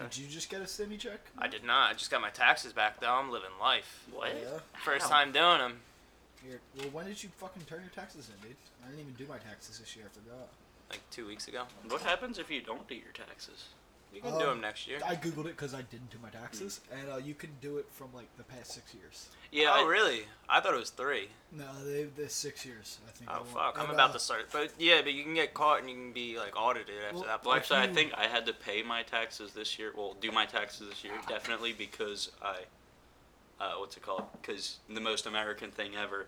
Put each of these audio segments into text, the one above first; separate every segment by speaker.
Speaker 1: Did you just get a stimmy check?
Speaker 2: I did not. I just got my taxes back though. I'm living life.
Speaker 3: What?
Speaker 1: Yeah.
Speaker 2: First
Speaker 3: How?
Speaker 2: time doing them.
Speaker 1: Here. Well, when did you fucking turn your taxes in, dude? I didn't even do my taxes this year. I forgot.
Speaker 2: Like two weeks ago.
Speaker 3: What happens if you don't do your taxes?
Speaker 2: You can do 'em do
Speaker 1: Um,
Speaker 2: them next year.
Speaker 1: I googled it because I didn't do my taxes, and uh, you can do it from like the past six years.
Speaker 3: Yeah.
Speaker 2: oh
Speaker 3: I-
Speaker 2: really? I thought it was three.
Speaker 1: No, they the six years. I think.
Speaker 2: Oh
Speaker 1: they want.
Speaker 2: fuck! I'm
Speaker 1: And,
Speaker 2: about
Speaker 1: uh,
Speaker 2: to start. But yeah, but you can get caught and you can be like audited after
Speaker 1: Well,
Speaker 2: that.
Speaker 3: Well,
Speaker 2: But
Speaker 3: actually, I
Speaker 1: Hmm.
Speaker 3: think I had to pay my taxes this year. Well, do my taxes this year definitely because I, uh, what's it called? Because the most American thing ever,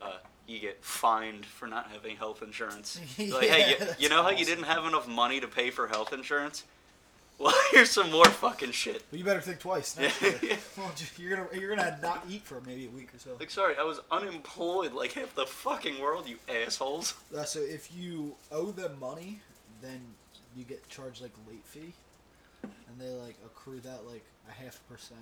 Speaker 3: uh, you get fined for not having health insurance. like,
Speaker 1: Yeah,
Speaker 3: hey, you,
Speaker 1: that's
Speaker 3: you know how you
Speaker 1: awesome.
Speaker 3: didn't have enough money to pay for health insurance? Well, here's some more fucking shit.
Speaker 1: But you better think twice. Next
Speaker 3: Yeah.
Speaker 1: year. Well, ju- you're gonna you're gonna not eat for maybe a week or so.
Speaker 3: Like, sorry, I was unemployed like half the fucking world, you assholes.
Speaker 1: Uh, so if you owe them money, then you get charged like late fee, and they like accrue that like a half percent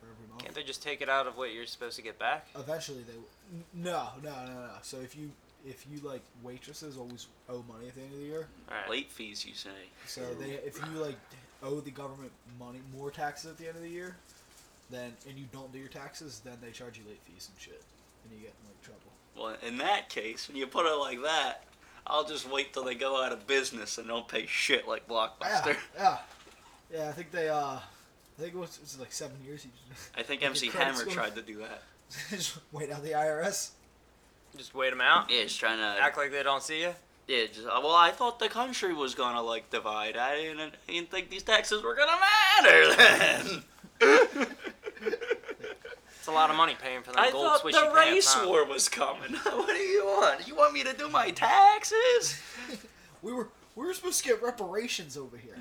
Speaker 1: for every month.
Speaker 2: can't they just take it out of what you're supposed to get back?
Speaker 1: Eventually, they n- no no no no. So if you if you like waitresses always owe money at the end of the year,
Speaker 2: All right.
Speaker 3: Late fees, you say.
Speaker 1: so they if you like owe the government money more taxes at the end of the year, then and you don't do your taxes, then they charge you late fees and shit, and you get in like trouble.
Speaker 3: Well, in that case, when you put it like that, I'll just wait till they go out of business and don't pay shit like Blockbuster.
Speaker 1: Yeah, yeah, yeah. I think they uh, I think it was, it was like seven years. You just-
Speaker 3: I think
Speaker 1: Your
Speaker 3: MC
Speaker 1: credit
Speaker 3: Hammer
Speaker 1: score.
Speaker 3: tried to do that.
Speaker 1: just wait out the IRS.
Speaker 2: Just wait them out.
Speaker 3: Yeah, just trying to.
Speaker 2: Act like they don't see you.
Speaker 3: yeah, just, uh, well, I thought the country was gonna like divide. I didn't, I didn't think these taxes were gonna matter then.
Speaker 2: It's a lot of money paying for them
Speaker 3: I
Speaker 2: gold
Speaker 3: thought
Speaker 2: swishy
Speaker 3: the
Speaker 2: pants.
Speaker 3: race
Speaker 2: huh?
Speaker 3: war was coming. what do you want? You want me to do my taxes?
Speaker 1: We were we were supposed to get reparations over here.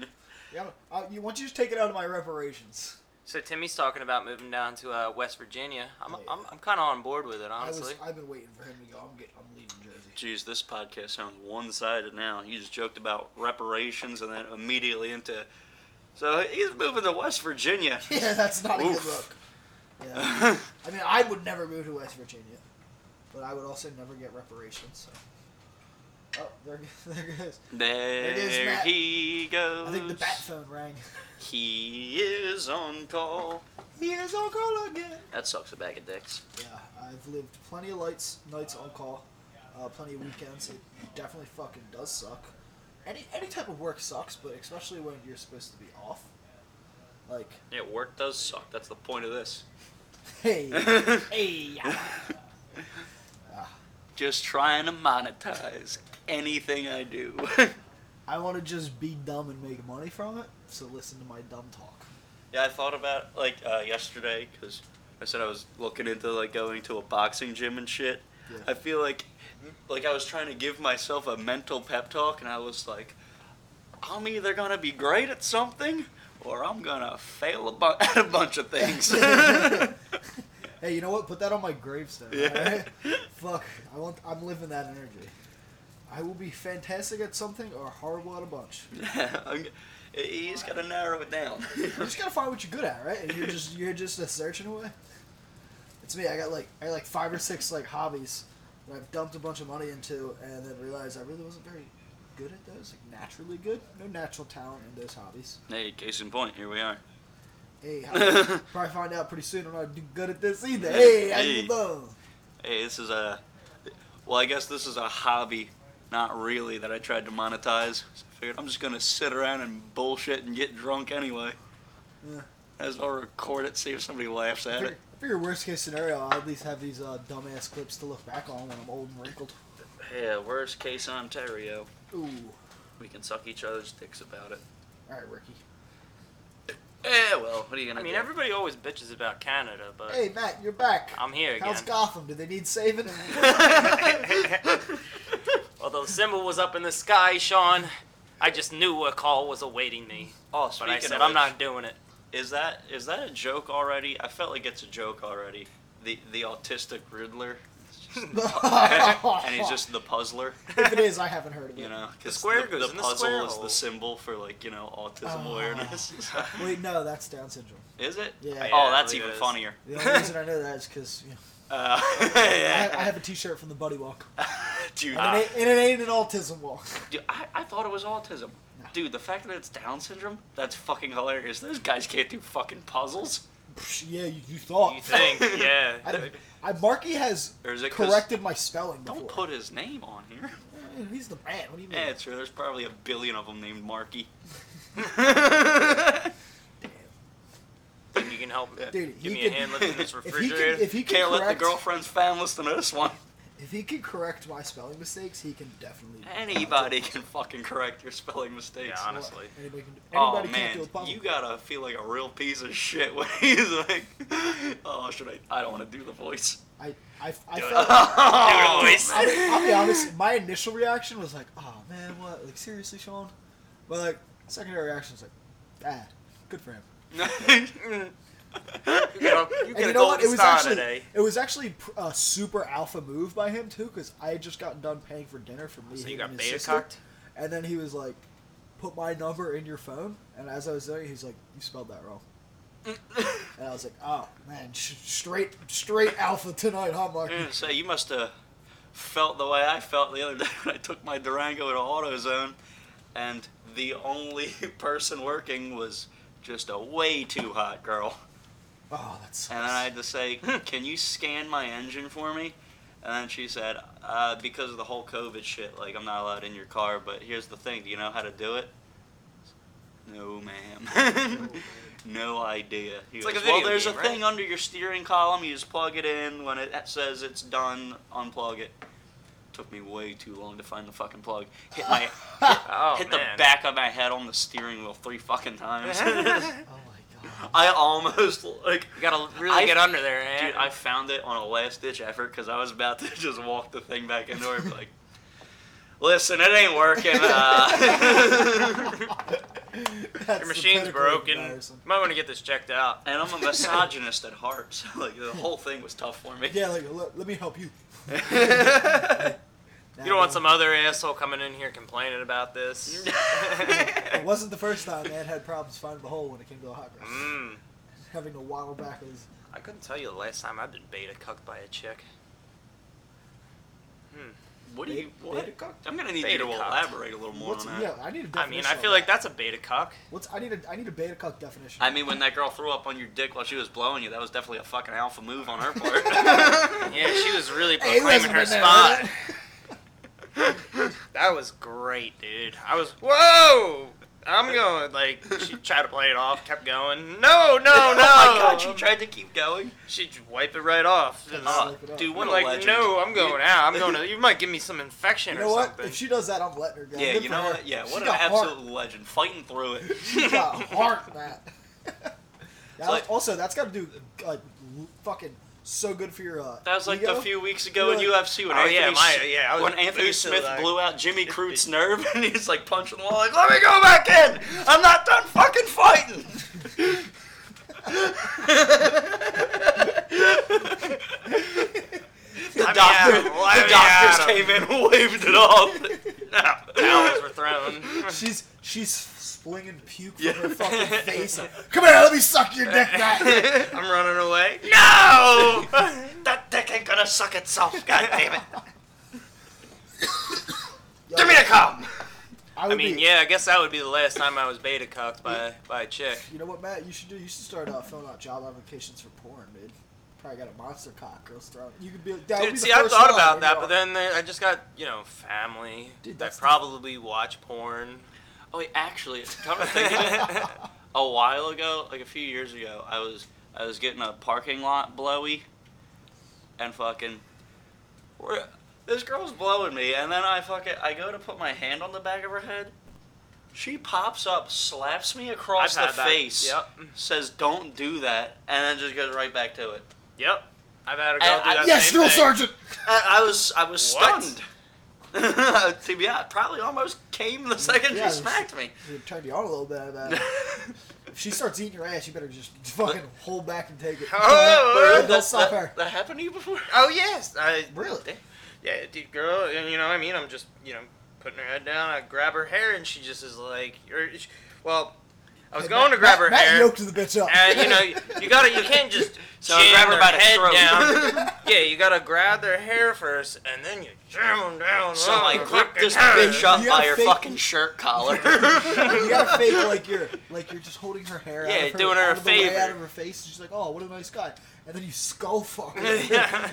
Speaker 1: Yeah, uh, you why don't you just take it out of my reparations?
Speaker 2: So Timmy's talking about moving down to uh, West Virginia. I'm,
Speaker 1: Yeah.
Speaker 2: I'm, I'm kind of on board with it,
Speaker 1: I
Speaker 2: honestly.
Speaker 1: was I've been waiting for him to go. I'm getting I'm leaving Jersey.
Speaker 3: Jeez, this podcast sounds one-sided now. You just joked about reparations and then immediately into. So he's moving to West Virginia.
Speaker 1: Yeah, that's not a good
Speaker 3: Oof.
Speaker 1: look. Yeah, I mean I would never move to West Virginia, but I would also never get reparations. So. Oh, there, there goes. it is,
Speaker 3: There
Speaker 1: Matt.
Speaker 3: he goes.
Speaker 1: I think the bat phone rang.
Speaker 3: He is on call.
Speaker 1: He is on call again.
Speaker 3: That sucks a bag of dicks.
Speaker 1: Yeah, I've lived plenty of lights, nights on call, uh, plenty of weekends. It definitely fucking does suck. Any any type of work sucks, but especially when you're supposed to be off. Like,
Speaker 3: Yeah, work does suck. That's the point of this.
Speaker 1: hey, hey,
Speaker 3: Just trying to monetize anything I do.
Speaker 1: I want to just be dumb and make money from it. So listen to my dumb talk.
Speaker 3: yeah, I thought about like uh, yesterday because I said I was looking into like going to a boxing gym and shit.
Speaker 1: Yeah.
Speaker 3: I feel like like I was trying to give myself a mental pep talk, and I was like, I'm either gonna be great at something or I'm gonna fail a bu- at a bunch of things.
Speaker 1: Hey, you know what? Put that on my gravestone.
Speaker 3: Yeah.
Speaker 1: alright? Fuck, I want. I'm living that energy. I will be fantastic at something or horrible at a bunch.
Speaker 3: I'm g- you just gotta narrow it down.
Speaker 1: You just gotta find what you're good at, right? And you're just you're just a searching away. It's me. I got like I got like five or six like hobbies that I've dumped a bunch of money into, and then realized I really wasn't very good at those. Like naturally good, no natural talent in those hobbies.
Speaker 3: hey, case in point, here we are.
Speaker 1: Hey, I'll probably find out pretty soon I'm not do- good at this either. Hey, how
Speaker 3: Hey.
Speaker 1: you doing?
Speaker 3: Hey, this is a. Well, I guess this is a hobby, not really, that I tried to monetize. So I figured I'm just gonna sit around and bullshit and get drunk anyway.
Speaker 1: Yeah.
Speaker 3: As I'll record it, see if somebody laughs
Speaker 1: I
Speaker 3: at
Speaker 1: figure,
Speaker 3: it.
Speaker 1: I figure worst case scenario, I'll at least have these uh, dumbass clips to look back on when I'm old and wrinkled.
Speaker 3: Yeah, worst case Ontario.
Speaker 1: Ooh.
Speaker 3: We can suck each other's dicks about it.
Speaker 1: All right, Ricky.
Speaker 3: Yeah, well, what are you gonna
Speaker 2: I mean,
Speaker 3: do?
Speaker 2: everybody always bitches about Canada, but
Speaker 1: Hey, Matt, you're back.
Speaker 2: I'm here again.
Speaker 1: How's Gotham? Do they need saving?
Speaker 2: Although the symbol was up in the sky, Sean, I just knew a call was awaiting me.
Speaker 3: oh,
Speaker 2: But
Speaker 3: speaking
Speaker 2: I said,
Speaker 3: of
Speaker 2: I'm
Speaker 3: which-
Speaker 2: not doing it.
Speaker 3: Is that is that a joke already? I felt like it's a joke already. The the autistic Riddler, and he's just the puzzler.
Speaker 1: if it is, I haven't heard of it.
Speaker 3: You know, 'cause
Speaker 2: square
Speaker 3: the,
Speaker 2: goes
Speaker 3: the
Speaker 2: in the
Speaker 3: puzzle
Speaker 2: square
Speaker 3: is
Speaker 2: hole.
Speaker 3: the symbol for like you know autism
Speaker 1: Ah.
Speaker 3: awareness.
Speaker 1: Wait, no, that's Down syndrome.
Speaker 3: is it?
Speaker 1: Yeah. Yeah,
Speaker 3: Oh,
Speaker 2: I
Speaker 3: that's
Speaker 2: believe
Speaker 3: even
Speaker 2: it is.
Speaker 3: funnier.
Speaker 1: The only reason I know that is because you know,
Speaker 3: Uh,
Speaker 1: I, I have a T-shirt from the Buddy Walk,
Speaker 3: dude,
Speaker 1: and,
Speaker 3: I,
Speaker 1: it, ain't- and it ain't an autism walk.
Speaker 3: dude, I, I thought it was autism. Dude, the fact that it's Down syndrome, that's fucking hilarious. Those guys can't do fucking puzzles.
Speaker 1: Psh, Yeah, you, you thought.
Speaker 2: You think? Yeah.
Speaker 1: I, I Marky has
Speaker 3: Or is it 'cause-
Speaker 1: corrected my spelling before.
Speaker 3: Don't put his name on here.
Speaker 1: Eh, He's the man. What do you mean?
Speaker 3: Yeah, sure. There's probably a billion of them named Marky.
Speaker 2: Think you can help?
Speaker 1: Dude, he
Speaker 2: Give me a
Speaker 1: could-
Speaker 2: hand lifting this
Speaker 1: if he
Speaker 2: refrigerator.
Speaker 1: can, if he can
Speaker 3: Can't
Speaker 1: correct,
Speaker 3: let the girlfriend's fan listen to this one.
Speaker 1: if he can correct my spelling mistakes, he can definitely.
Speaker 3: Anybody can fucking correct your spelling mistakes.
Speaker 2: Yeah, honestly.
Speaker 1: Anybody can do,
Speaker 3: Oh
Speaker 1: anybody can't
Speaker 3: man,
Speaker 1: do a puzzle.
Speaker 3: you gotta feel like a real piece of shit when he's like, "Oh, should I? I don't want to do the voice."
Speaker 1: I, I, I
Speaker 2: Do it.
Speaker 1: felt.
Speaker 3: Oh,
Speaker 2: Dude, always.
Speaker 1: I'll, be- I'll be honest. My initial reaction was like, "Oh man, what? Like seriously, Sean?" But like, secondary reaction was like, "Bad. Good for him."
Speaker 2: You know,
Speaker 1: And
Speaker 2: you get
Speaker 1: you
Speaker 2: a
Speaker 1: know what?
Speaker 2: golden
Speaker 1: It was
Speaker 2: star
Speaker 1: actually
Speaker 2: today.
Speaker 1: it was actually pr- a super alpha move by him too, because I had just gotten done paying for dinner for me
Speaker 2: So you
Speaker 1: him,
Speaker 2: got
Speaker 1: and his
Speaker 2: beta
Speaker 1: sister.
Speaker 2: cocked?
Speaker 1: and then he was like, "Put my number in your phone." And as I was doing, it, he's like, "You spelled that wrong." and I was like, "Oh man, sh- straight straight alpha tonight, huh, Mark?"
Speaker 2: Mm.
Speaker 3: so you must have felt the way I felt the other day when I took my Durango to AutoZone, and the only person working was just a way too hot girl.
Speaker 1: Oh, that's.
Speaker 3: And then I had to say, "Hmm, "Can you scan my engine for me?" And then she said, uh, "Because of the whole COVID shit, like I'm not allowed in your car. But here's the thing: Do you know how to do it?" No, ma'am. no idea. He
Speaker 2: It's like
Speaker 3: goes,
Speaker 2: a video
Speaker 3: well, there's
Speaker 2: game,
Speaker 3: a
Speaker 2: right?
Speaker 3: thing under your steering column. You just plug it in. When it says it's done, unplug it. Took me way too long to find the fucking plug. Hit my
Speaker 2: Oh
Speaker 3: hit
Speaker 2: man.
Speaker 3: the back of my head on the steering wheel three fucking times.
Speaker 2: you
Speaker 1: oh my god.
Speaker 3: I almost like
Speaker 2: gotta really
Speaker 3: I-
Speaker 2: get under there, man.
Speaker 3: Dude, I found it on a last ditch effort because I was about to just walk the thing back into her and be like, listen, it ain't working. Uh.
Speaker 1: That's the
Speaker 2: your machine's
Speaker 1: pinnacle of
Speaker 2: broken.
Speaker 1: embarrassment.
Speaker 2: Might want to get this checked out.
Speaker 3: and I'm a misogynist at heart, so like the whole thing was tough for me.
Speaker 1: Yeah, like let, let me help you.
Speaker 2: You don't want some other asshole coming in here complaining about this.
Speaker 1: It wasn't the first time man had problems finding the hole when it came to a hot girl.
Speaker 2: Mm.
Speaker 1: Having to waddle back with his.
Speaker 2: I couldn't tell you the last time I've been beta cucked by a chick.
Speaker 3: what do you?
Speaker 1: Beta-
Speaker 3: What?
Speaker 1: beta cock?
Speaker 3: I'm gonna need you
Speaker 2: Beta
Speaker 3: to
Speaker 2: cock.
Speaker 3: elaborate a little more
Speaker 1: What's,
Speaker 3: on that.
Speaker 1: yeah, I need a definition.
Speaker 2: I mean, I
Speaker 1: of
Speaker 2: feel
Speaker 1: that.
Speaker 2: like that's a beta cuck.
Speaker 1: What's I need a I need a beta cuck definition.
Speaker 3: I mean, when that girl threw up on your dick while she was blowing you, that was definitely a fucking alpha move on her part.
Speaker 2: Yeah, she was really
Speaker 1: Hey, he wasn't
Speaker 2: proclaiming her
Speaker 1: in there,
Speaker 2: spot.
Speaker 1: was
Speaker 2: That was great, dude. I was whoa. I'm going like she tried to play it off, kept going. No, no, no.
Speaker 3: oh my god, she tried to keep going.
Speaker 2: She'd wipe it right off. Just-
Speaker 1: Uh, Slip it up.
Speaker 3: dude, what
Speaker 2: I'm
Speaker 3: a
Speaker 2: like,
Speaker 3: legend.
Speaker 2: no, I'm going
Speaker 3: You-
Speaker 2: out. I'm going to. You might give me some infection
Speaker 1: You know
Speaker 2: or
Speaker 1: what?
Speaker 2: something.
Speaker 1: If she does that, I'm letting her go.
Speaker 3: Yeah,
Speaker 1: Good
Speaker 3: you
Speaker 1: for
Speaker 3: know
Speaker 1: her.
Speaker 3: what? Yeah,
Speaker 1: She
Speaker 3: what an
Speaker 1: got
Speaker 3: absolute
Speaker 1: Heart.
Speaker 3: legend, fighting through it.
Speaker 1: She got heart, Matt. That
Speaker 3: like-
Speaker 1: also, that's got to do like l- fucking so good for your. Uh,
Speaker 3: That was like
Speaker 1: ego.
Speaker 3: a few weeks ago in
Speaker 1: Really?
Speaker 3: UFC when
Speaker 2: Oh,
Speaker 3: Anthony,
Speaker 2: yeah, my-
Speaker 3: S-
Speaker 2: yeah, I was
Speaker 3: when Anthony
Speaker 2: used to,
Speaker 3: Smith
Speaker 2: like-
Speaker 3: blew out Jimmy Crute's nerve and he's like punching the wall like, let me go back in! I'm not done fucking
Speaker 2: Oh,
Speaker 3: fighting! the
Speaker 2: Let me
Speaker 3: doctor,
Speaker 2: at 'em, let
Speaker 3: the
Speaker 2: me
Speaker 3: doctors
Speaker 2: at 'em.
Speaker 3: came in and waved it off.
Speaker 2: Towels were thrown.
Speaker 1: She's she's flinging puke from
Speaker 3: Yeah.
Speaker 1: her fucking face. Come here, let me suck your dick, Matt.
Speaker 2: I'm running away.
Speaker 3: no! that dick ain't gonna suck itself, god damn it.
Speaker 1: Yo,
Speaker 3: Give me a cum!
Speaker 1: I,
Speaker 2: I
Speaker 1: would
Speaker 2: mean,
Speaker 1: be-
Speaker 2: yeah, I guess that would be the last time I was beta cucked by by a chick.
Speaker 1: You know what, Matt? You should do. You should start uh, filling out job applications for porn, dude. Probably got a monster cock, girls throwing. You could be. That would be
Speaker 2: Dude,
Speaker 1: the
Speaker 2: see, I
Speaker 1: first line
Speaker 2: thought about
Speaker 1: when
Speaker 2: that,
Speaker 1: you're
Speaker 2: but
Speaker 1: on-
Speaker 2: then they, I just got you know family
Speaker 1: Dude,
Speaker 2: that
Speaker 1: that's-
Speaker 2: probably watch porn.
Speaker 3: Oh, wait, actually, come to think of it, a while ago, like a few years ago, I was I was getting a parking lot blowy, and fucking, we're, this girl's blowing me, and then I fucking I go to put my hand on the back of her head. She pops up, slaps me across
Speaker 2: I've had
Speaker 3: the
Speaker 2: that.
Speaker 3: face,
Speaker 2: Yep.
Speaker 3: says "Don't do that," and then just goes right back to it.
Speaker 2: Yep. I've had a girl
Speaker 3: And
Speaker 2: do
Speaker 3: I-
Speaker 2: that
Speaker 1: yes,
Speaker 2: same
Speaker 1: drill
Speaker 2: thing.
Speaker 1: sergeant.
Speaker 3: And I was I was
Speaker 2: What?
Speaker 3: stunned. to be honest, probably almost came the second
Speaker 1: Mm, Yeah,
Speaker 3: she smacked me.
Speaker 1: Dude, turned you on a little bit about it. if she starts eating your ass, you better just fucking hold back and take it.
Speaker 2: Oh,
Speaker 1: don't stop her.
Speaker 3: That, that happened to you before?
Speaker 2: Oh yes, I
Speaker 1: Really?
Speaker 2: yeah, dude, girl, and you know, what I mean, I'm just you know putting her head down, I grab her hair, and she just is like, or, sh- er, well, I was
Speaker 1: Hey,
Speaker 2: going
Speaker 1: Matt-
Speaker 2: to grab her
Speaker 1: Matt, Matt
Speaker 2: hair.
Speaker 1: yoked the bitch up.
Speaker 2: And you know, you gotta, you can't just
Speaker 3: So
Speaker 2: jam
Speaker 3: grab her
Speaker 2: their
Speaker 3: by the
Speaker 2: head
Speaker 3: throat.
Speaker 2: down. yeah, you gotta grab their hair first, and then you jam them down.
Speaker 3: So
Speaker 2: Oh,
Speaker 3: I clipped this
Speaker 2: fucking
Speaker 3: bitch
Speaker 2: hell.
Speaker 3: up
Speaker 1: You
Speaker 3: by
Speaker 1: gotta
Speaker 3: her
Speaker 1: fake-
Speaker 3: fucking shirt collar.
Speaker 1: you gotta fake like you're like you're just holding her hair.
Speaker 3: Yeah,
Speaker 1: out of her,
Speaker 3: doing her a
Speaker 1: out of the way,
Speaker 3: favor.
Speaker 1: Out of her face, and she's like, "Oh, what a nice guy," and then you skull fuck. her.
Speaker 2: Yeah.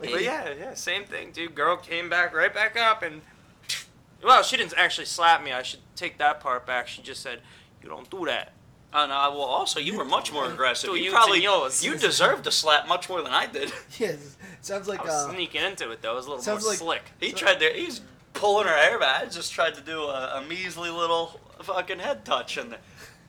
Speaker 1: Like,
Speaker 2: But yeah, yeah, same thing, dude. Girl came back right back up, and well, she didn't actually slap me. I should take that part back. She just said, "You don't do that."
Speaker 3: Oh no! Well, also you were much more aggressive.
Speaker 2: Dude,
Speaker 3: you
Speaker 2: you
Speaker 3: probably
Speaker 2: and yours.
Speaker 3: you deserved a slap much more than I did.
Speaker 1: yeah, it sounds
Speaker 2: I
Speaker 1: like
Speaker 2: was
Speaker 1: uh,
Speaker 2: sneaking into it though. It was a little more
Speaker 1: sounds like-
Speaker 2: slick.
Speaker 3: He
Speaker 1: So-
Speaker 3: tried to. He's pulling her hair back. I just tried to do a, a measly little fucking head touch and boom.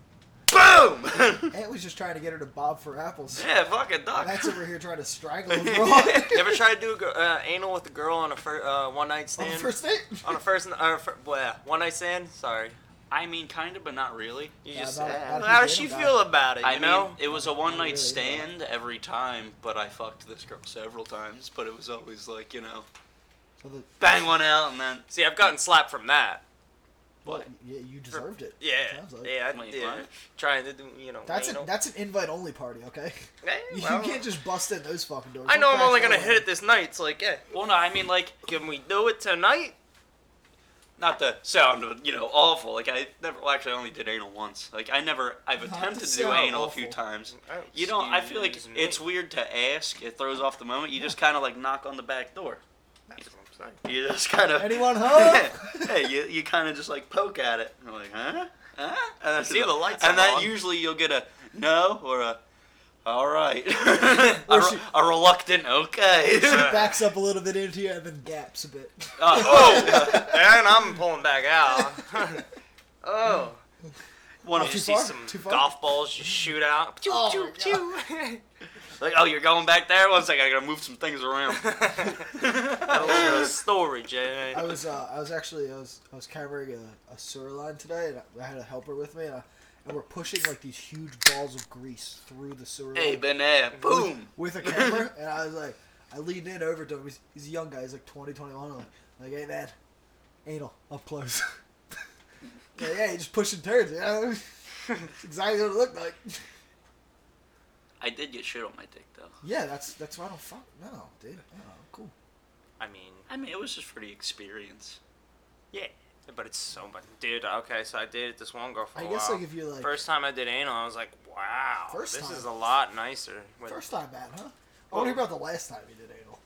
Speaker 1: Ant was just trying to get her to bob for apples.
Speaker 3: yeah, fucking duck.
Speaker 1: Matt's over here trying to strangle a girl on
Speaker 2: You ever try to do a gir- uh, anal with a girl on a fir- uh, one night
Speaker 1: the
Speaker 2: stand?
Speaker 1: first date.
Speaker 2: On a first, uh, fir- bleh, one night stand. Sorry,
Speaker 3: I mean, kind of, but not really.
Speaker 2: you
Speaker 1: Yeah,
Speaker 2: just.
Speaker 1: about-
Speaker 2: how,
Speaker 1: about
Speaker 2: does
Speaker 1: you
Speaker 2: she
Speaker 1: did about
Speaker 2: feel about it? You
Speaker 3: I
Speaker 2: know,
Speaker 3: mean, it was a one
Speaker 1: Really, yeah.
Speaker 3: night stand every time, but I fucked this girl several times. But it was always like you know,
Speaker 1: So the-
Speaker 3: bang one out and then
Speaker 2: see, I've gotten slapped from that.
Speaker 1: well,
Speaker 3: What?
Speaker 1: yeah, you deserved it.
Speaker 2: Yeah,
Speaker 1: Sounds like.
Speaker 2: yeah, I-
Speaker 3: Wait,
Speaker 2: yeah.
Speaker 3: what?
Speaker 2: Trying to do, you know,
Speaker 1: That's
Speaker 2: anal.
Speaker 1: a, that's an invite only party, okay?
Speaker 2: Eh,
Speaker 1: You
Speaker 2: well,
Speaker 1: can't just bust in those fucking doors.
Speaker 2: I
Speaker 1: Don't
Speaker 2: know I'm
Speaker 1: crash
Speaker 2: only gonna
Speaker 1: that
Speaker 2: hit
Speaker 1: way.
Speaker 2: it this night. It's like, eh,
Speaker 3: Well, no, I mean like
Speaker 2: can we do it tonight?
Speaker 3: not the sound of you know awful. Like I never. Well, actually, I only did anal once. Like I never. I've
Speaker 1: Not
Speaker 3: attempted
Speaker 1: the
Speaker 3: to do
Speaker 1: sound
Speaker 3: anal a few
Speaker 1: awful.
Speaker 3: times. You know, I feel like
Speaker 2: Excuse me.
Speaker 3: it's weird to ask. It throws off the moment. You just kind of like knock on the back door.
Speaker 2: That's what I'm saying.
Speaker 3: You just kind of.
Speaker 1: Anyone
Speaker 3: yeah,
Speaker 1: home?
Speaker 3: yeah, you, you kind of just like poke at it. And you're like, huh? Huh? And then,
Speaker 2: See, the lights
Speaker 3: And
Speaker 2: are
Speaker 3: then
Speaker 2: on.
Speaker 3: usually you'll get a no or a all right.
Speaker 1: Or
Speaker 3: a, re-
Speaker 1: she-
Speaker 3: a reluctant
Speaker 1: she
Speaker 3: okay.
Speaker 1: backs up a little bit into you and then gaps a bit.
Speaker 3: Oh,
Speaker 2: Oh, and I'm pulling back out. oh,
Speaker 3: one
Speaker 1: Too
Speaker 3: of
Speaker 2: you
Speaker 3: you
Speaker 1: far?
Speaker 2: see some
Speaker 1: Too far?
Speaker 2: golf balls just shoot out. Pew,
Speaker 1: Oh,
Speaker 2: pew,
Speaker 1: my
Speaker 2: pew.
Speaker 3: like, oh, you're going back there. One second, I gotta move some things around.
Speaker 2: Got a little bit of storage. eh?
Speaker 1: I was uh, I was actually I was I was carrying a, a sewer line today and I- I had a helper with me and, I, and we're pushing like these huge balls of grease through the sewer line.
Speaker 3: hey, Ben, eh, boom.
Speaker 1: with a camera, and I was like, I leaned in over to him. He's, he's a young guy. He's like 20, 21. I'm like, like hey man, anal up close. yeah, yeah, he's just pushing turns. You know? That's exactly what it looked like.
Speaker 3: I did get shit on my dick though.
Speaker 1: Yeah, that's that's why I don't fuck. No, dude. Oh, cool.
Speaker 2: I mean,
Speaker 3: I mean, it was just for the experience.
Speaker 2: yeah, but it's so much, dude. Okay, so I dated this one girl for a
Speaker 1: I
Speaker 2: while.
Speaker 1: guess like if you like
Speaker 2: Oh, First time I did anal, I was like, wow,
Speaker 1: First
Speaker 2: this
Speaker 1: time.
Speaker 2: is a lot nicer. with-
Speaker 1: first time, man, huh? I wonder about the last time you did anal.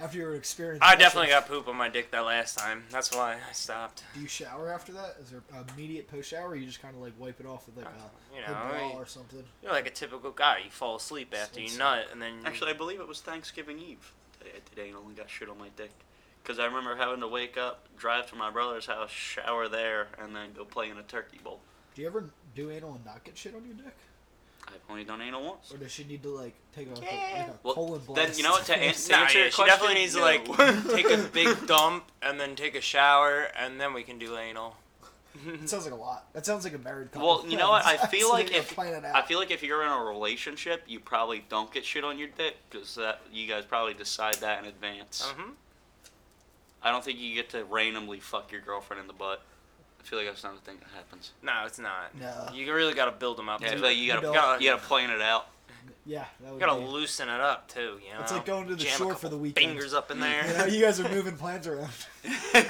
Speaker 1: After your experience,
Speaker 2: I definitely got poop on my dick that last time. That's why I stopped.
Speaker 1: Do you shower after that? Is there immediate post shower? Or you just kind of like wipe it off
Speaker 2: Uh,
Speaker 1: with like a,
Speaker 2: You
Speaker 1: a
Speaker 2: know,
Speaker 1: bra
Speaker 2: you-
Speaker 1: or something.
Speaker 2: You're like a typical guy. You fall asleep after you nut, and then you-
Speaker 3: Actually, I believe it was Thanksgiving Eve. that I did anal and got shit on my dick. Because I remember having to wake up, drive to my brother's house, shower there, and then go play in a turkey bowl.
Speaker 1: Do you ever do anal and not get shit on your dick?
Speaker 3: I've only done anal once.
Speaker 1: Or does she need to like take a,
Speaker 2: Yeah.
Speaker 1: like a
Speaker 3: Well,
Speaker 1: colon
Speaker 3: then
Speaker 1: blast?
Speaker 3: you know what? To answer, to
Speaker 2: Nah,
Speaker 3: answer
Speaker 2: yeah,
Speaker 3: your
Speaker 2: she
Speaker 3: question,
Speaker 2: definitely needs
Speaker 3: no.
Speaker 2: to like take a big dump and then take a shower, and then we can do anal.
Speaker 1: It sounds like a lot. That sounds like a married couple.
Speaker 3: Well, you know what? I feel
Speaker 1: So
Speaker 3: like
Speaker 1: you're
Speaker 3: if
Speaker 1: planning
Speaker 3: I
Speaker 1: out.
Speaker 3: feel like if you're in a relationship, you probably don't get shit on your dick because that you guys probably decide that in advance.
Speaker 2: Mm-hmm.
Speaker 3: I don't think you get to randomly fuck your girlfriend in the butt. I feel like that's not a thing that happens.
Speaker 2: No, it's not.
Speaker 1: No.
Speaker 2: You really got to build them up.
Speaker 3: Yeah, I
Speaker 2: too.
Speaker 3: feel like you gotta
Speaker 1: You
Speaker 2: don't.
Speaker 3: you gotta plan it out.
Speaker 1: yeah, that
Speaker 2: You
Speaker 1: would
Speaker 2: gotta
Speaker 1: be,
Speaker 2: loosen it up too. You know.
Speaker 1: It's like going to the
Speaker 2: Jam a
Speaker 1: shore for
Speaker 2: couple
Speaker 1: the weekend.
Speaker 2: Fingers up in
Speaker 1: you know,
Speaker 2: there.
Speaker 1: you guys are moving plans around.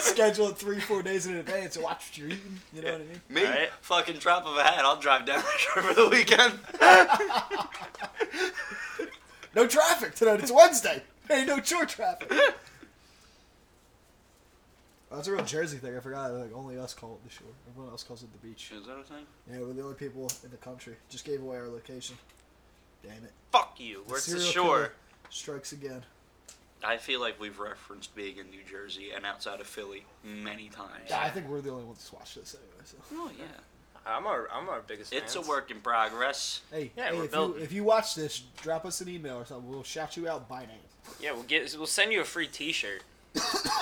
Speaker 1: Schedule it three, four days in advance to watch what you're eating. You know what I mean?
Speaker 3: Me,
Speaker 2: Right?
Speaker 3: fucking drop of a hat. I'll drive down the shore for the weekend.
Speaker 1: No traffic tonight. It's Wednesday. Hey, no chore traffic. Oh, that's a real Jersey thing. I forgot. Like only us call it the shore. Everyone else calls it the beach.
Speaker 3: Is that a thing?
Speaker 1: Yeah, we're the only people in the country. Just gave away our location. Damn it.
Speaker 2: Fuck you. Where's the
Speaker 1: serial
Speaker 2: shore?
Speaker 1: killer Strikes again.
Speaker 3: I feel like we've referenced being in New Jersey and outside of Philly many times.
Speaker 1: Yeah, I think we're the only ones to watch this anyway. So.
Speaker 3: Oh yeah,
Speaker 2: I'm our I'm our biggest.
Speaker 3: it's a
Speaker 2: fans.
Speaker 3: work in progress.
Speaker 1: Hey,
Speaker 2: Yeah,
Speaker 1: hey if,
Speaker 2: we're
Speaker 1: you,
Speaker 2: building.
Speaker 1: if you watch this, drop us an email or something. We'll shout you out by name.
Speaker 2: Yeah, we'll get we'll send you a free T-shirt.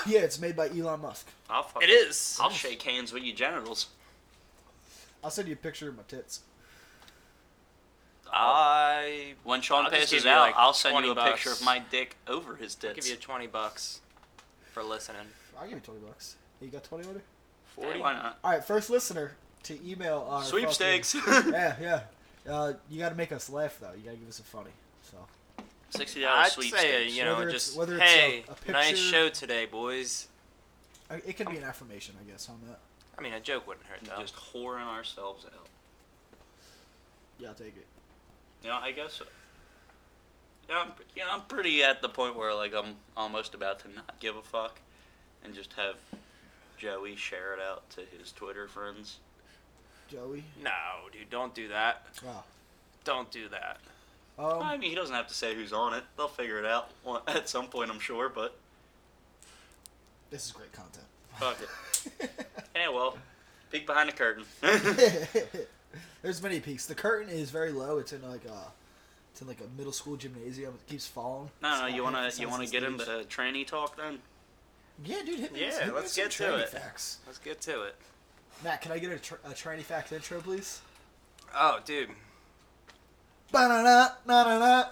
Speaker 1: Yeah, it's made by Elon Musk.
Speaker 3: I'll fuck
Speaker 2: It is.
Speaker 3: I'll shake hands with your genitals.
Speaker 1: I'll send you a picture of my tits.
Speaker 2: I
Speaker 3: When
Speaker 2: I'll
Speaker 3: Sean
Speaker 2: just
Speaker 3: passes
Speaker 2: give you,
Speaker 3: out,
Speaker 2: like,
Speaker 3: I'll send
Speaker 2: 20
Speaker 3: you a
Speaker 2: bucks.
Speaker 3: picture of my dick over his
Speaker 2: I'll give
Speaker 3: tits.
Speaker 2: you twenty bucks for listening.
Speaker 1: I'll give you 20 bucks. Hey, you got 20 on it?
Speaker 3: Forty? why not?
Speaker 1: All right, first listener to email our fucking-
Speaker 3: Sweepstakes.
Speaker 1: yeah, yeah. Uh, you got to make us laugh though. You got to give us a funny. So
Speaker 2: Sixty
Speaker 3: $60
Speaker 2: I'd say
Speaker 3: sweepstakes.
Speaker 2: you know
Speaker 1: Whether it's-
Speaker 2: just
Speaker 1: whether it's
Speaker 2: hey,
Speaker 1: a- a
Speaker 2: nice
Speaker 1: picture-
Speaker 2: show today, boys.
Speaker 1: I, Uh, it could be an affirmation, I guess, on that.
Speaker 2: I mean, a joke wouldn't hurt though.
Speaker 3: Just whoring ourselves out.
Speaker 1: Yeah, I'll take it.
Speaker 3: No, I guess. So. Yeah, I'm, yeah, I'm pretty at the point where like I'm almost about to not give a fuck, and just have Joey share it out to his Twitter friends.
Speaker 1: Joey.
Speaker 2: No, dude, don't do that.
Speaker 1: Wow.
Speaker 2: Don't do that.
Speaker 1: Um,
Speaker 3: I mean, he doesn't have to say who's on it. They'll figure it out one- at some point, I'm sure. But
Speaker 1: this is great content.
Speaker 3: fuck it. Yeah, well, peek behind the curtain.
Speaker 1: There's many peaks. The curtain is very low. It's in like a, it's in like a middle school gymnasium. It keeps falling.
Speaker 3: no,
Speaker 1: It's
Speaker 3: no,
Speaker 1: not
Speaker 3: you
Speaker 1: half
Speaker 3: wanna
Speaker 1: the size
Speaker 3: you
Speaker 1: of
Speaker 3: wanna
Speaker 1: the
Speaker 3: get
Speaker 1: stage.
Speaker 3: into tranny talk then?
Speaker 1: Yeah, dude, hit me.
Speaker 3: Yeah,
Speaker 1: with- hit me
Speaker 3: let's
Speaker 1: with some
Speaker 3: get to
Speaker 1: tranny
Speaker 3: it.
Speaker 1: Facts.
Speaker 2: Let's get to it.
Speaker 1: Matt, can I get a, tr- a tranny fact intro, please?
Speaker 2: Oh, dude.
Speaker 1: Ba-na-na, na-na-na.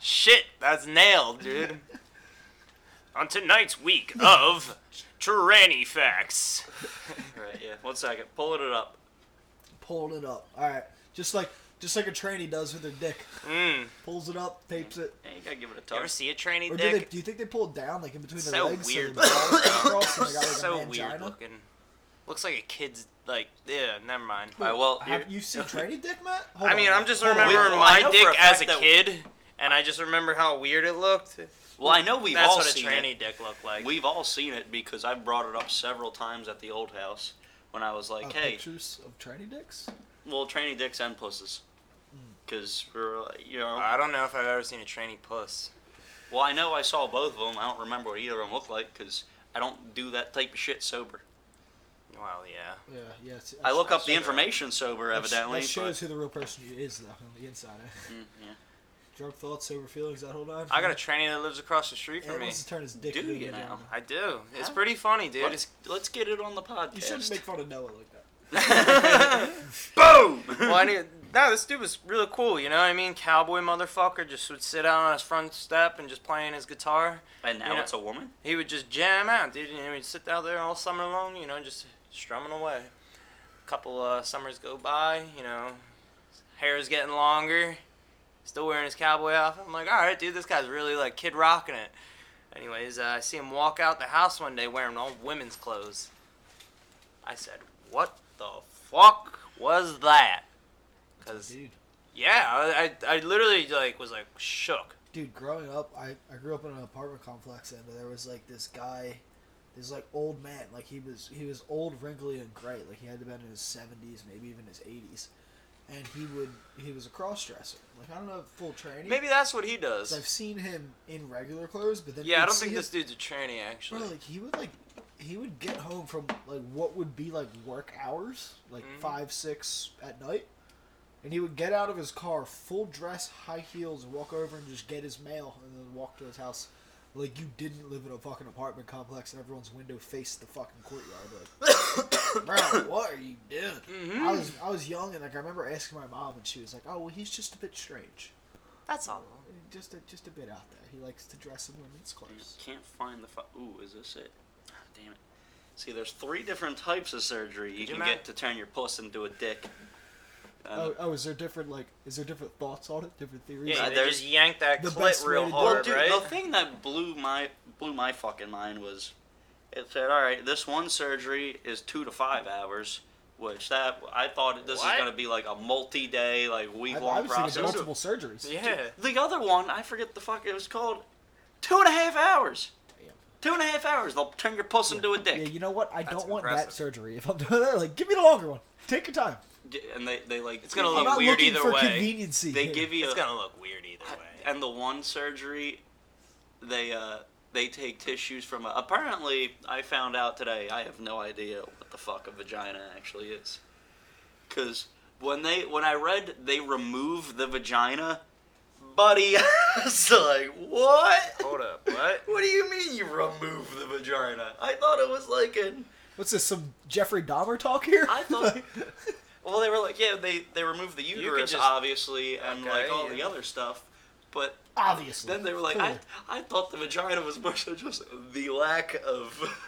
Speaker 2: Shit, that's nailed, dude. On tonight's week of Tyranny Facts.
Speaker 3: Right. Yeah. One second. Pulling it up.
Speaker 1: Pulling it up. All right, just like just like a tranny does with their dick.
Speaker 2: Mm.
Speaker 1: Pulls it up, tapes it.
Speaker 3: Yeah, you gotta give it a
Speaker 2: You ever
Speaker 3: tug.
Speaker 2: see a tranny
Speaker 1: Or do they?
Speaker 2: dick?
Speaker 1: Do you think they pull it down like in between their
Speaker 2: So
Speaker 1: legs?
Speaker 2: weird.
Speaker 1: So, the balls come across and they got, like, a
Speaker 2: so
Speaker 1: mangina?
Speaker 2: weird looking. Looks like a kid's like yeah. Never mind.
Speaker 3: All right. Well,
Speaker 1: Have
Speaker 3: you're-
Speaker 1: you seen tranny dick, Matt? Hold
Speaker 2: I mean,
Speaker 1: on,
Speaker 2: I'm
Speaker 1: Matt.
Speaker 2: just
Speaker 1: Hold on.
Speaker 2: remembering
Speaker 3: Well, I
Speaker 2: my
Speaker 3: know for
Speaker 2: dick
Speaker 3: a fact
Speaker 2: as a
Speaker 3: that-
Speaker 2: kid, and I just remember how weird it looked.
Speaker 3: well, I know we've
Speaker 2: That's
Speaker 3: all
Speaker 2: what a
Speaker 3: seen
Speaker 2: tranny
Speaker 3: it.
Speaker 2: dick looked like.
Speaker 3: We've all seen it because I've brought it up several times at the old house when I was like,
Speaker 1: Uh,
Speaker 3: "Hey,
Speaker 1: Pictures of tranny dicks.
Speaker 3: well, tranny dicks and pussies,"
Speaker 1: Hmm.
Speaker 3: because we're like, you know.
Speaker 2: I don't know if I've ever seen a tranny puss.
Speaker 3: Well, I know I saw both of them. I don't remember what either of them looked like because I don't do that type of shit sober.
Speaker 2: Well, yeah.
Speaker 1: Yeah, yeah. It's,
Speaker 3: I look up the
Speaker 2: sure.
Speaker 3: information sober,
Speaker 1: That sh-
Speaker 3: evidently.
Speaker 1: That
Speaker 3: but-
Speaker 1: shows who the real person you is, though, on the inside. eh?
Speaker 3: Mm, yeah.
Speaker 1: Drunk thoughts, sober feelings. That whole nine.
Speaker 2: I got a
Speaker 3: Mm-hmm.
Speaker 2: tranny that lives across the street
Speaker 1: And
Speaker 2: from me.
Speaker 1: wants to turn his dick.
Speaker 3: Do
Speaker 1: into a
Speaker 3: you now?
Speaker 1: vagina.
Speaker 2: I do. It's
Speaker 3: Huh?
Speaker 2: pretty funny, dude.
Speaker 3: Let's,
Speaker 2: It's
Speaker 3: let's get it on the podcast.
Speaker 1: You shouldn't make fun of Noah like that.
Speaker 3: Boom!
Speaker 2: well, I knew, no, this dude was really cool. You know what I mean? Cowboy motherfucker just would sit out on his front step and just playing his guitar.
Speaker 3: and now
Speaker 2: you know-
Speaker 3: it's a woman?
Speaker 2: He would just jam out, dude. And he would sit out there all summer long. You know, just strumming away. couple uh, summers go by. You know, hair's getting longer. Still wearing his cowboy outfit. I'm like, all right, dude, this guy's really like kid rocking it. Anyways, uh, I see him walk out the house one day wearing all women's clothes. I said, what the fuck was that? Because
Speaker 1: Dude,
Speaker 2: Yeah, I, I, I literally like was like shook.
Speaker 1: dude, growing up, I, I grew up in an apartment complex, and there was like this guy, this like old man, like he was he was old, wrinkly, and gray, like he had to been in his seventies, maybe even his eighties, and he would he was a cross dresser, like I don't know, full training.
Speaker 2: Maybe that's what he does.
Speaker 1: I've seen him in regular clothes, but then
Speaker 2: yeah, I
Speaker 1: you'd
Speaker 2: don't
Speaker 1: see
Speaker 2: think
Speaker 1: him-
Speaker 2: this dude's a tranny
Speaker 1: Bro,
Speaker 2: actually.
Speaker 1: like he would like he would get home from like what would be like work hours, like
Speaker 2: Mhm.
Speaker 1: five, six at night. And he would get out of his car, full dress, high heels, and walk over and just get his mail and then walk to his house. Like you didn't live in a fucking apartment complex and everyone's window faced the fucking courtyard. Like, bro, what are you doing?
Speaker 2: Mm-hmm.
Speaker 1: I was I was young and like I remember asking my mom and she was like, "Oh, well, he's just a bit strange,
Speaker 2: That's all.
Speaker 1: just a, just a bit out there. He likes to dress in women's
Speaker 3: Damn it,
Speaker 1: clothes."
Speaker 3: Can't find the. Fu- Ooh, is this it? Ah, Damn it. See, there's three different types of surgery you
Speaker 2: Could you
Speaker 3: can
Speaker 2: ma-
Speaker 3: get to turn your puss into a dick. Um,
Speaker 1: Oh, oh, is there different like is there different thoughts on it, different theories?
Speaker 2: Yeah,
Speaker 3: Yeah,
Speaker 2: they
Speaker 3: there's-
Speaker 2: just yanked Uh, that
Speaker 1: the
Speaker 2: clit
Speaker 1: best way
Speaker 2: real
Speaker 1: to do
Speaker 3: Well,
Speaker 2: hard,
Speaker 3: dude,
Speaker 2: Oh, right?
Speaker 3: the thing that blew my blew my fucking mind was, it said, "All right, this one surgery is two to five hours," which that I thought this is
Speaker 2: What?
Speaker 3: gonna be like a multi-day, like
Speaker 1: I've,
Speaker 3: week-long
Speaker 1: I've seen it's
Speaker 3: process.
Speaker 1: multiple surgeries.
Speaker 2: Yeah.
Speaker 3: The other one, I forget the fuck it was called, two and a half hours.
Speaker 1: Damn.
Speaker 3: Two and a half hours. They'll turn your puss into a dick.
Speaker 1: Yeah, you know what? I
Speaker 2: That's
Speaker 1: don't want
Speaker 2: impressive.
Speaker 1: that surgery. If I'm doing that, like, give me the longer one. Take your time.
Speaker 3: D- and they, they like
Speaker 2: It's gonna
Speaker 3: give
Speaker 2: look
Speaker 1: I'm
Speaker 3: you-
Speaker 1: not
Speaker 2: weird
Speaker 1: looking
Speaker 2: either
Speaker 1: for
Speaker 2: way.
Speaker 1: conveniency.
Speaker 3: They
Speaker 1: here.
Speaker 3: give you
Speaker 2: It's
Speaker 3: a-
Speaker 2: gonna look weird either way.
Speaker 3: and the one surgery they uh they take tissues from a, apparently i found out today i have no idea what the fuck a vagina actually is because when they when i read they remove the vagina buddy it's like what
Speaker 2: Hold up, what?
Speaker 3: what do you mean you remove the vagina i thought it was like an
Speaker 1: what's this? Some Jeffrey Dahmer talk here?
Speaker 3: I thought- Well, they were like, yeah, they they removed the
Speaker 2: could
Speaker 3: uterus
Speaker 2: just-
Speaker 3: obviously, and like
Speaker 2: Okay,
Speaker 3: all the
Speaker 2: yeah.
Speaker 3: other stuff, but
Speaker 1: obviously.
Speaker 3: then they were like, I,
Speaker 1: Clearly.
Speaker 3: I thought the vagina was more so just the lack of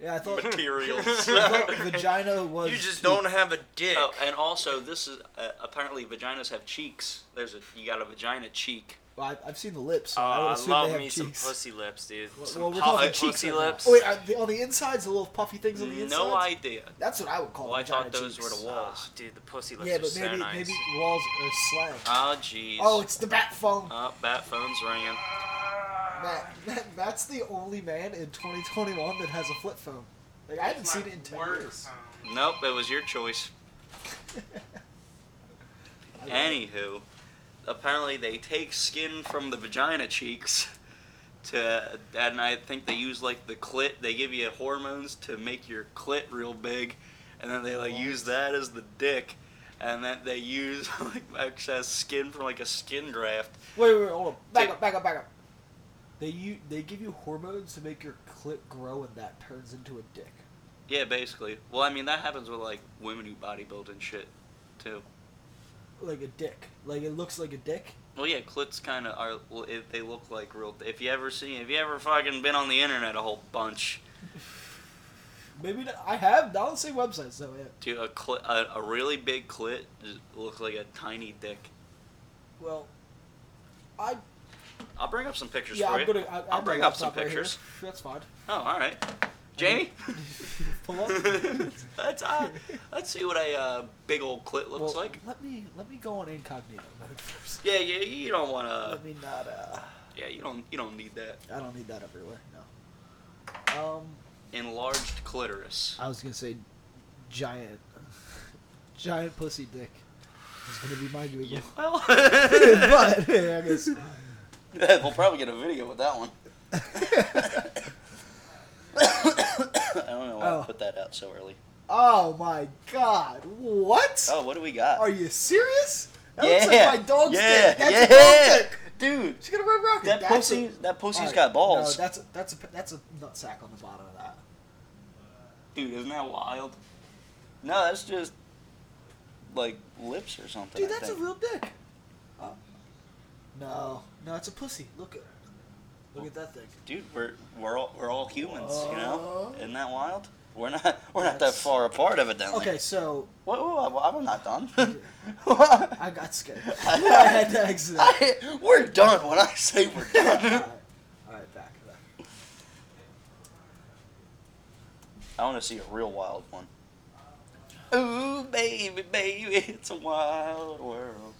Speaker 1: Yeah, I thought, I
Speaker 3: materials.
Speaker 1: thought vagina was.
Speaker 2: You just
Speaker 1: poop.
Speaker 2: don't have a dick.
Speaker 3: Oh, and also, this is uh, apparently vaginas have cheeks. There's a you got a vagina cheek.
Speaker 1: Well, I've, I've seen the lips. So
Speaker 2: Oh,
Speaker 1: I would
Speaker 2: I
Speaker 1: assume
Speaker 2: love
Speaker 1: they have
Speaker 2: me some
Speaker 1: cheeks.
Speaker 2: pussy lips, dude.
Speaker 1: Well,
Speaker 2: some
Speaker 1: well, we're
Speaker 2: puffy
Speaker 1: talking cheeks
Speaker 2: pussy
Speaker 1: right now.
Speaker 2: lips.
Speaker 1: Oh, wait, are the, on the insides, the little puffy things on the insides.
Speaker 3: No idea.
Speaker 1: That's what I would call.
Speaker 3: Well, I
Speaker 1: vagina
Speaker 3: thought those
Speaker 1: cheeks.
Speaker 3: were the
Speaker 2: Oh,
Speaker 3: walls.
Speaker 2: dude, the pussy lips
Speaker 1: Yeah,
Speaker 2: are
Speaker 1: but
Speaker 2: so
Speaker 1: maybe
Speaker 2: nice.
Speaker 1: maybe walls are slang.
Speaker 3: Oh, jeez.
Speaker 1: oh, it's the bat phone.
Speaker 3: Oh, bat phone's ringing.
Speaker 1: Matt, Matt, Matt's the only man in 2021 that has a flip phone. Like I haven't seen it in ten years.
Speaker 3: Nope, it was your choice. Anywho, apparently they take skin from the vagina cheeks to, and I think they use like the clit. They give you hormones to make your clit real big, and then they like use that as the dick, and then they use like excess skin from like a skin graft.
Speaker 1: Wait, wait, wait, hold on. Back
Speaker 3: Dude.
Speaker 1: up, back up, back up. They you they give you hormones to make your clit grow, and that turns into a dick.
Speaker 3: Yeah, basically. Well, I mean that happens with like women who bodybuild and shit, too.
Speaker 1: Like a dick. Like it looks like a dick.
Speaker 3: Well, yeah, clits kind of are. well, If they look like real. If you ever seen, if you ever fucking been on the internet a whole bunch
Speaker 1: Maybe not, I have. Not on the same website, so yeah.
Speaker 3: to a clit, a, a really big clit just looks like a tiny dick.
Speaker 1: Well, I
Speaker 3: I'll bring up some pictures
Speaker 1: yeah,
Speaker 3: for
Speaker 1: I'm
Speaker 3: you.
Speaker 1: gonna. I, I'll
Speaker 3: bring
Speaker 1: my
Speaker 3: up some
Speaker 1: laptop right here.
Speaker 3: pictures.
Speaker 1: That's fine.
Speaker 3: Oh, all right, Jamie.
Speaker 1: Pull up.
Speaker 3: let's uh, let's see what a uh, big old clit looks
Speaker 1: Well,
Speaker 3: like.
Speaker 1: Let me let me go on incognito mode first.
Speaker 3: Yeah, yeah. You don't want to.
Speaker 1: let me not. Uh,
Speaker 3: Yeah, you don't. You don't need that
Speaker 1: I don't need that everywhere. No. Um,
Speaker 3: enlarged clitoris.
Speaker 1: I was gonna say, giant, giant pussy dick. It's gonna be my Google.
Speaker 3: Yeah, well,
Speaker 1: but yeah, I guess.
Speaker 3: we'll probably get a video with that one. I don't know why
Speaker 1: Oh.
Speaker 3: I put that out so early.
Speaker 1: Oh my God! What?
Speaker 3: Oh, what do we got?
Speaker 1: Are you serious? That
Speaker 3: yeah,
Speaker 1: looks like my dog's
Speaker 3: yeah,
Speaker 1: dick. That's
Speaker 3: yeah,
Speaker 1: a dog dick.
Speaker 3: dude.
Speaker 1: She's gonna run rocket.
Speaker 3: That
Speaker 1: That's a-
Speaker 3: pussy, that pussy's
Speaker 1: Alright,
Speaker 3: got balls,
Speaker 1: No, that's a, that's a that's a nut sack on the bottom of that.
Speaker 3: dude. Isn't that wild? No, that's just like lips or something.
Speaker 1: Dude,
Speaker 3: I
Speaker 1: that's a
Speaker 3: think.
Speaker 1: real dick. Uh, no, no, it's a pussy. Look at, look at that thing.
Speaker 3: dude. We're we're all we're all humans, you know.
Speaker 1: Whoa.
Speaker 3: Isn't that wild? We're not we're not that
Speaker 1: Uh-huh. That's-
Speaker 3: far apart, evidently.
Speaker 1: Okay, so
Speaker 3: Whoa, whoa, whoa, I'm not done. I,
Speaker 1: I got scared. I had to exit. All
Speaker 3: we're done when I say we're
Speaker 1: right,
Speaker 3: done.
Speaker 1: all right, back. back.
Speaker 3: I want to see a real wild one. Ooh, baby, baby, it's a wild world.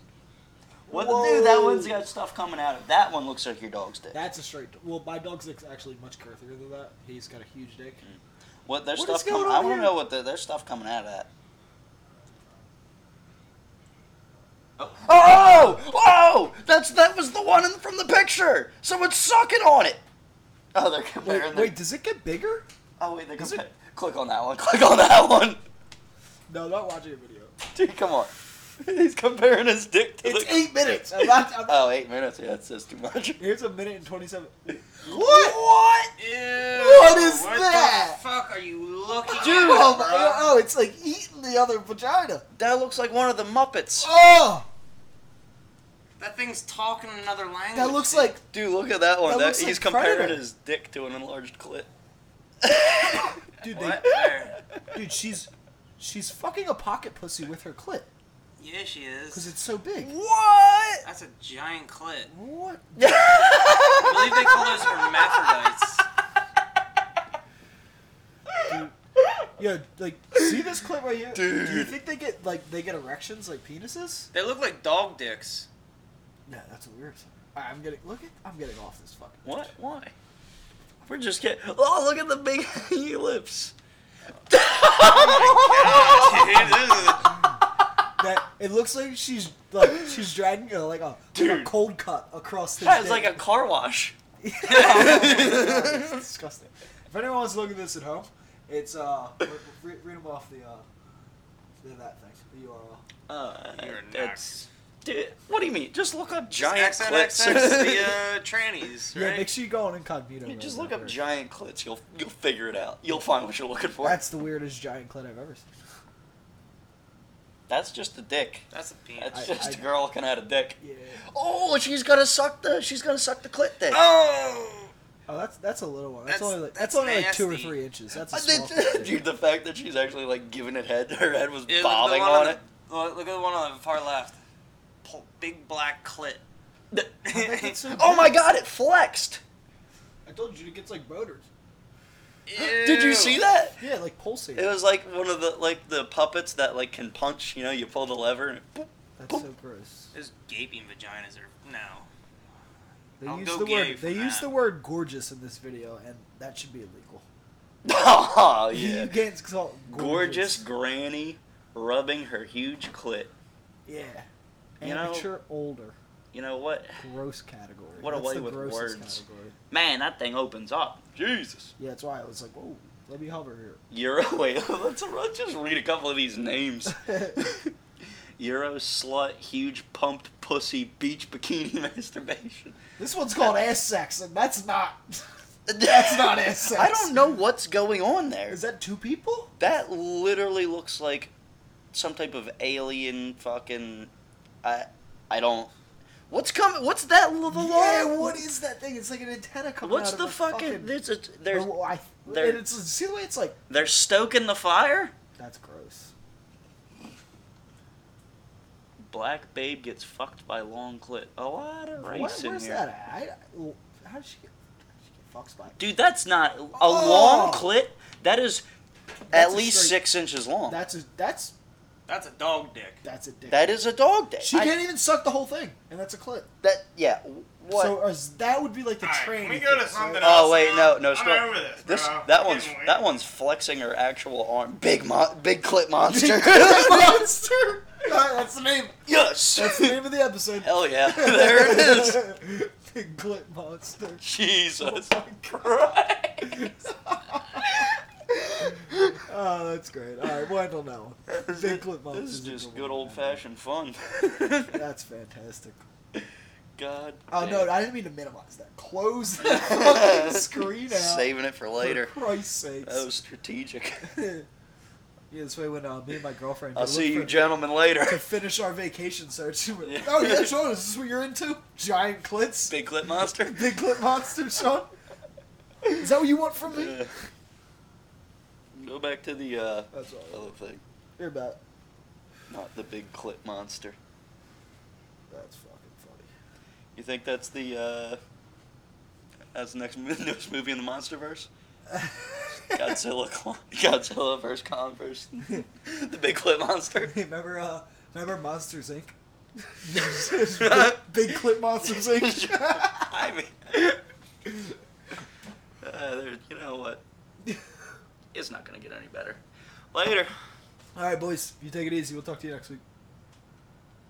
Speaker 3: What, dude, that
Speaker 1: Whoa.
Speaker 3: one's got stuff coming out of it. That one looks like your dog's dick.
Speaker 1: That's a straight. Well, my dog's dick's actually much girthier than that. He's got a huge dick.
Speaker 3: Mm. what there's
Speaker 1: What is
Speaker 3: stuff coming.
Speaker 1: going
Speaker 3: I
Speaker 1: on
Speaker 3: want to
Speaker 1: here?
Speaker 3: know what the, there's stuff coming out of that. Oh! oh! Oh! That's that was the one in, from the picture. Someone's sucking on it. Oh, they're comparing.
Speaker 1: Wait,
Speaker 3: the-
Speaker 1: wait, does it get bigger?
Speaker 3: oh wait, they're
Speaker 1: is it-
Speaker 3: comparing. Click on that one. Click on that one.
Speaker 1: No, I'm not watching a video.
Speaker 3: Dude, come on. He's comparing his dick to
Speaker 1: It's
Speaker 3: the.
Speaker 1: eight minutes. I'm not, I'm not-
Speaker 3: Oh, eight minutes. Yeah, it says too much.
Speaker 1: here's a minute and twenty-seven.
Speaker 3: What? What?
Speaker 1: What is that?
Speaker 2: the fuck are you looking at,
Speaker 3: Dude,
Speaker 1: Oh, my,
Speaker 2: bro?
Speaker 1: oh, it's like eating the other vagina.
Speaker 3: That looks like one of the Muppets.
Speaker 1: Oh,
Speaker 2: That thing's talking another language.
Speaker 1: that looks
Speaker 2: dude.
Speaker 1: like
Speaker 3: Dude, look at that one.
Speaker 1: That
Speaker 3: That-
Speaker 1: looks
Speaker 3: he's
Speaker 1: like
Speaker 3: comparing
Speaker 1: Predator.
Speaker 3: his dick to an enlarged clit.
Speaker 1: dude. They,
Speaker 2: What? There.
Speaker 1: dude, she's she's fucking a pocket pussy with her clit
Speaker 2: Yeah, she
Speaker 1: because
Speaker 2: is.
Speaker 1: it's so big.
Speaker 3: What?
Speaker 2: That's a giant clit.
Speaker 1: What?
Speaker 2: I believe they call those hermaphrodites.
Speaker 1: Yeah, like see this clip right here. Do you
Speaker 3: Dude.
Speaker 1: think they get like they get erections like penises?
Speaker 2: They look like dog dicks.
Speaker 1: No, that's what we were saying. Alright, I'm getting look at I'm getting off this fucking.
Speaker 3: What? Why? We're just getting. Oh, look at the big hanging lips.
Speaker 2: God, dude, this is a-
Speaker 1: That it looks like she's like she's dragging uh, like a like a
Speaker 3: Dude.
Speaker 1: cold cut across the.
Speaker 3: That is like a car wash.
Speaker 1: it's disgusting. If anyone wants to look at this at home, it's uh re- re- read them off the uh the, that thing the URL.
Speaker 3: Uh,
Speaker 2: You're
Speaker 3: that's-
Speaker 2: nuts.
Speaker 3: Dude, what do you mean? Just look up giant
Speaker 2: Accent
Speaker 3: clits.
Speaker 2: accents the uh, trannies,
Speaker 1: Yeah,
Speaker 2: right?
Speaker 1: make sure you go on incognito.
Speaker 3: You
Speaker 1: mode
Speaker 3: just look up
Speaker 1: whenever.
Speaker 3: giant clits. You'll you'll figure it out. You'll find what you're looking for.
Speaker 1: That's the weirdest giant clit I've ever seen.
Speaker 3: That's just a dick.
Speaker 2: That's a penis.
Speaker 3: That's
Speaker 1: I-
Speaker 3: just
Speaker 1: I-
Speaker 3: a girl looking at a dick.
Speaker 1: Yeah.
Speaker 3: Oh, she's gonna suck the she's gonna suck the clit dick.
Speaker 2: Oh!
Speaker 1: Oh, that's that's a little one. That's,
Speaker 2: That's-
Speaker 1: only like that's,
Speaker 2: that's
Speaker 1: only like two or
Speaker 2: nasty.
Speaker 1: three inches. That's a
Speaker 3: I
Speaker 1: small.
Speaker 3: did- Dude, the fact that she's actually like giving it head, her head was
Speaker 2: Yeah, look at the
Speaker 3: bobbing
Speaker 2: one
Speaker 3: on
Speaker 2: the-
Speaker 3: it.
Speaker 2: look- Look at the one on the far left. Po- Big black clit.
Speaker 1: think it's so
Speaker 3: Oh my god, it flexed!
Speaker 1: I told you it gets like rotors.
Speaker 3: Did you see that?
Speaker 1: Yeah, like pulsating.
Speaker 3: It was like one of the like the puppets that like can punch. You know, you pull the lever and it- boop.
Speaker 1: That's so gross.
Speaker 2: Those gaping vaginas are no.
Speaker 1: They
Speaker 2: I'll
Speaker 1: use
Speaker 2: go
Speaker 1: the
Speaker 2: gay
Speaker 1: word.
Speaker 2: for
Speaker 1: They use
Speaker 2: that.
Speaker 1: the word gorgeous in this video, and that should be illegal.
Speaker 3: Oh
Speaker 1: you
Speaker 3: yeah,
Speaker 1: can't call it
Speaker 3: gorgeous
Speaker 1: gorgeous.
Speaker 3: granny rubbing her huge clit.
Speaker 1: Yeah.
Speaker 3: You know-
Speaker 1: Amateur older.
Speaker 3: You know what?
Speaker 1: Gross category.
Speaker 3: What a
Speaker 1: That's
Speaker 3: way
Speaker 1: the
Speaker 3: with
Speaker 1: grossest
Speaker 3: words.
Speaker 1: Category.
Speaker 3: Man, that thing opens up. Jesus.
Speaker 1: Yeah, that's why I was like, whoa, let me hover here.
Speaker 3: Euro wait, let's, let's just read a couple of these names. Euro slut, huge pumped pussy, beach bikini masturbation.
Speaker 1: This one's called ass sex, and that's not. That's not ass sex.
Speaker 3: I don't know what's going on there.
Speaker 1: Is that two people?
Speaker 3: That literally looks like some type of alien fucking. I I don't. What's coming? What's that? l- The
Speaker 1: Yeah,
Speaker 3: long-
Speaker 1: what is that thing? It's like an antenna coming
Speaker 3: What's
Speaker 1: out
Speaker 3: the
Speaker 1: of a
Speaker 3: fucking?
Speaker 1: fucking
Speaker 3: There's a, they're
Speaker 1: Or, I,
Speaker 3: there-
Speaker 1: and it's see the way it's like.
Speaker 3: they're stoking the fire.
Speaker 1: That's gross.
Speaker 3: Black babe gets fucked by long clit. A lot of race
Speaker 1: What,
Speaker 3: in
Speaker 1: where's
Speaker 3: here.
Speaker 1: that at? I, how did she get? How did she get fucked by?
Speaker 3: Dude, that's not a
Speaker 1: Oh.
Speaker 3: long clit. That is
Speaker 1: That's
Speaker 3: at
Speaker 1: a
Speaker 3: least
Speaker 1: straight-
Speaker 3: six inches long.
Speaker 1: That's a that's
Speaker 2: That's a dog dick.
Speaker 1: that's a dick.
Speaker 3: that is a dog dick.
Speaker 1: she
Speaker 3: I-
Speaker 1: can't even suck the whole thing, and that's a clip.
Speaker 3: That yeah. What?
Speaker 1: So uh, as, that would be like the
Speaker 4: All right,
Speaker 1: train.
Speaker 4: can we
Speaker 1: you
Speaker 4: go
Speaker 1: think,
Speaker 4: to
Speaker 1: right?
Speaker 4: something else?
Speaker 3: oh wait, no, no.
Speaker 4: I'm
Speaker 3: Scroll.
Speaker 4: over this, bro.
Speaker 3: that one's
Speaker 4: Anyway.
Speaker 3: that one's flexing her actual arm. Big mo- big clit monster.
Speaker 1: monster. Alright, that's the name.
Speaker 3: yes.
Speaker 1: That's the name of the episode.
Speaker 3: Hell yeah! There it is.
Speaker 1: Big clip monster.
Speaker 3: Jesus Christ.
Speaker 1: Oh, that's great. All right, we'll handle that one. Big clip monster.
Speaker 3: This is just
Speaker 1: a
Speaker 3: good
Speaker 1: one.
Speaker 3: old fashioned fun.
Speaker 1: That's fantastic.
Speaker 3: God.
Speaker 1: Oh
Speaker 3: damn.
Speaker 1: no, I didn't mean to minimize that. Close the fucking screen out.
Speaker 3: Saving it for later.
Speaker 1: For Christ's sakes.
Speaker 3: That was strategic.
Speaker 1: yeah, this way when uh, me and my girlfriend.
Speaker 3: I'll
Speaker 1: we
Speaker 3: see
Speaker 1: looked
Speaker 3: you
Speaker 1: for-
Speaker 3: gentlemen later.
Speaker 1: To finish our vacation search. we were-
Speaker 3: Yeah.
Speaker 1: Oh yeah, Sean, is this what you're into? Giant clits,
Speaker 3: Big clit monster.
Speaker 1: big clit monster, Sean. Is that what you want from me?
Speaker 3: Uh, Go back to the uh,
Speaker 1: That's all.
Speaker 3: other thing,
Speaker 1: You're about.
Speaker 3: not the big clit monster.
Speaker 1: That's fucking funny.
Speaker 3: You think that's the uh, that's the next mo- newest movie in the MonsterVerse? Godzilla, cl- Godzilla versus Kong versus the big clit monster.
Speaker 1: remember, uh, remember Monsters Inc. big, big clit monsters Inc.
Speaker 3: I mean, uh, there- you know what? It's not gonna get any better. Later.
Speaker 1: All right, boys, you take it easy. We'll talk to you next week.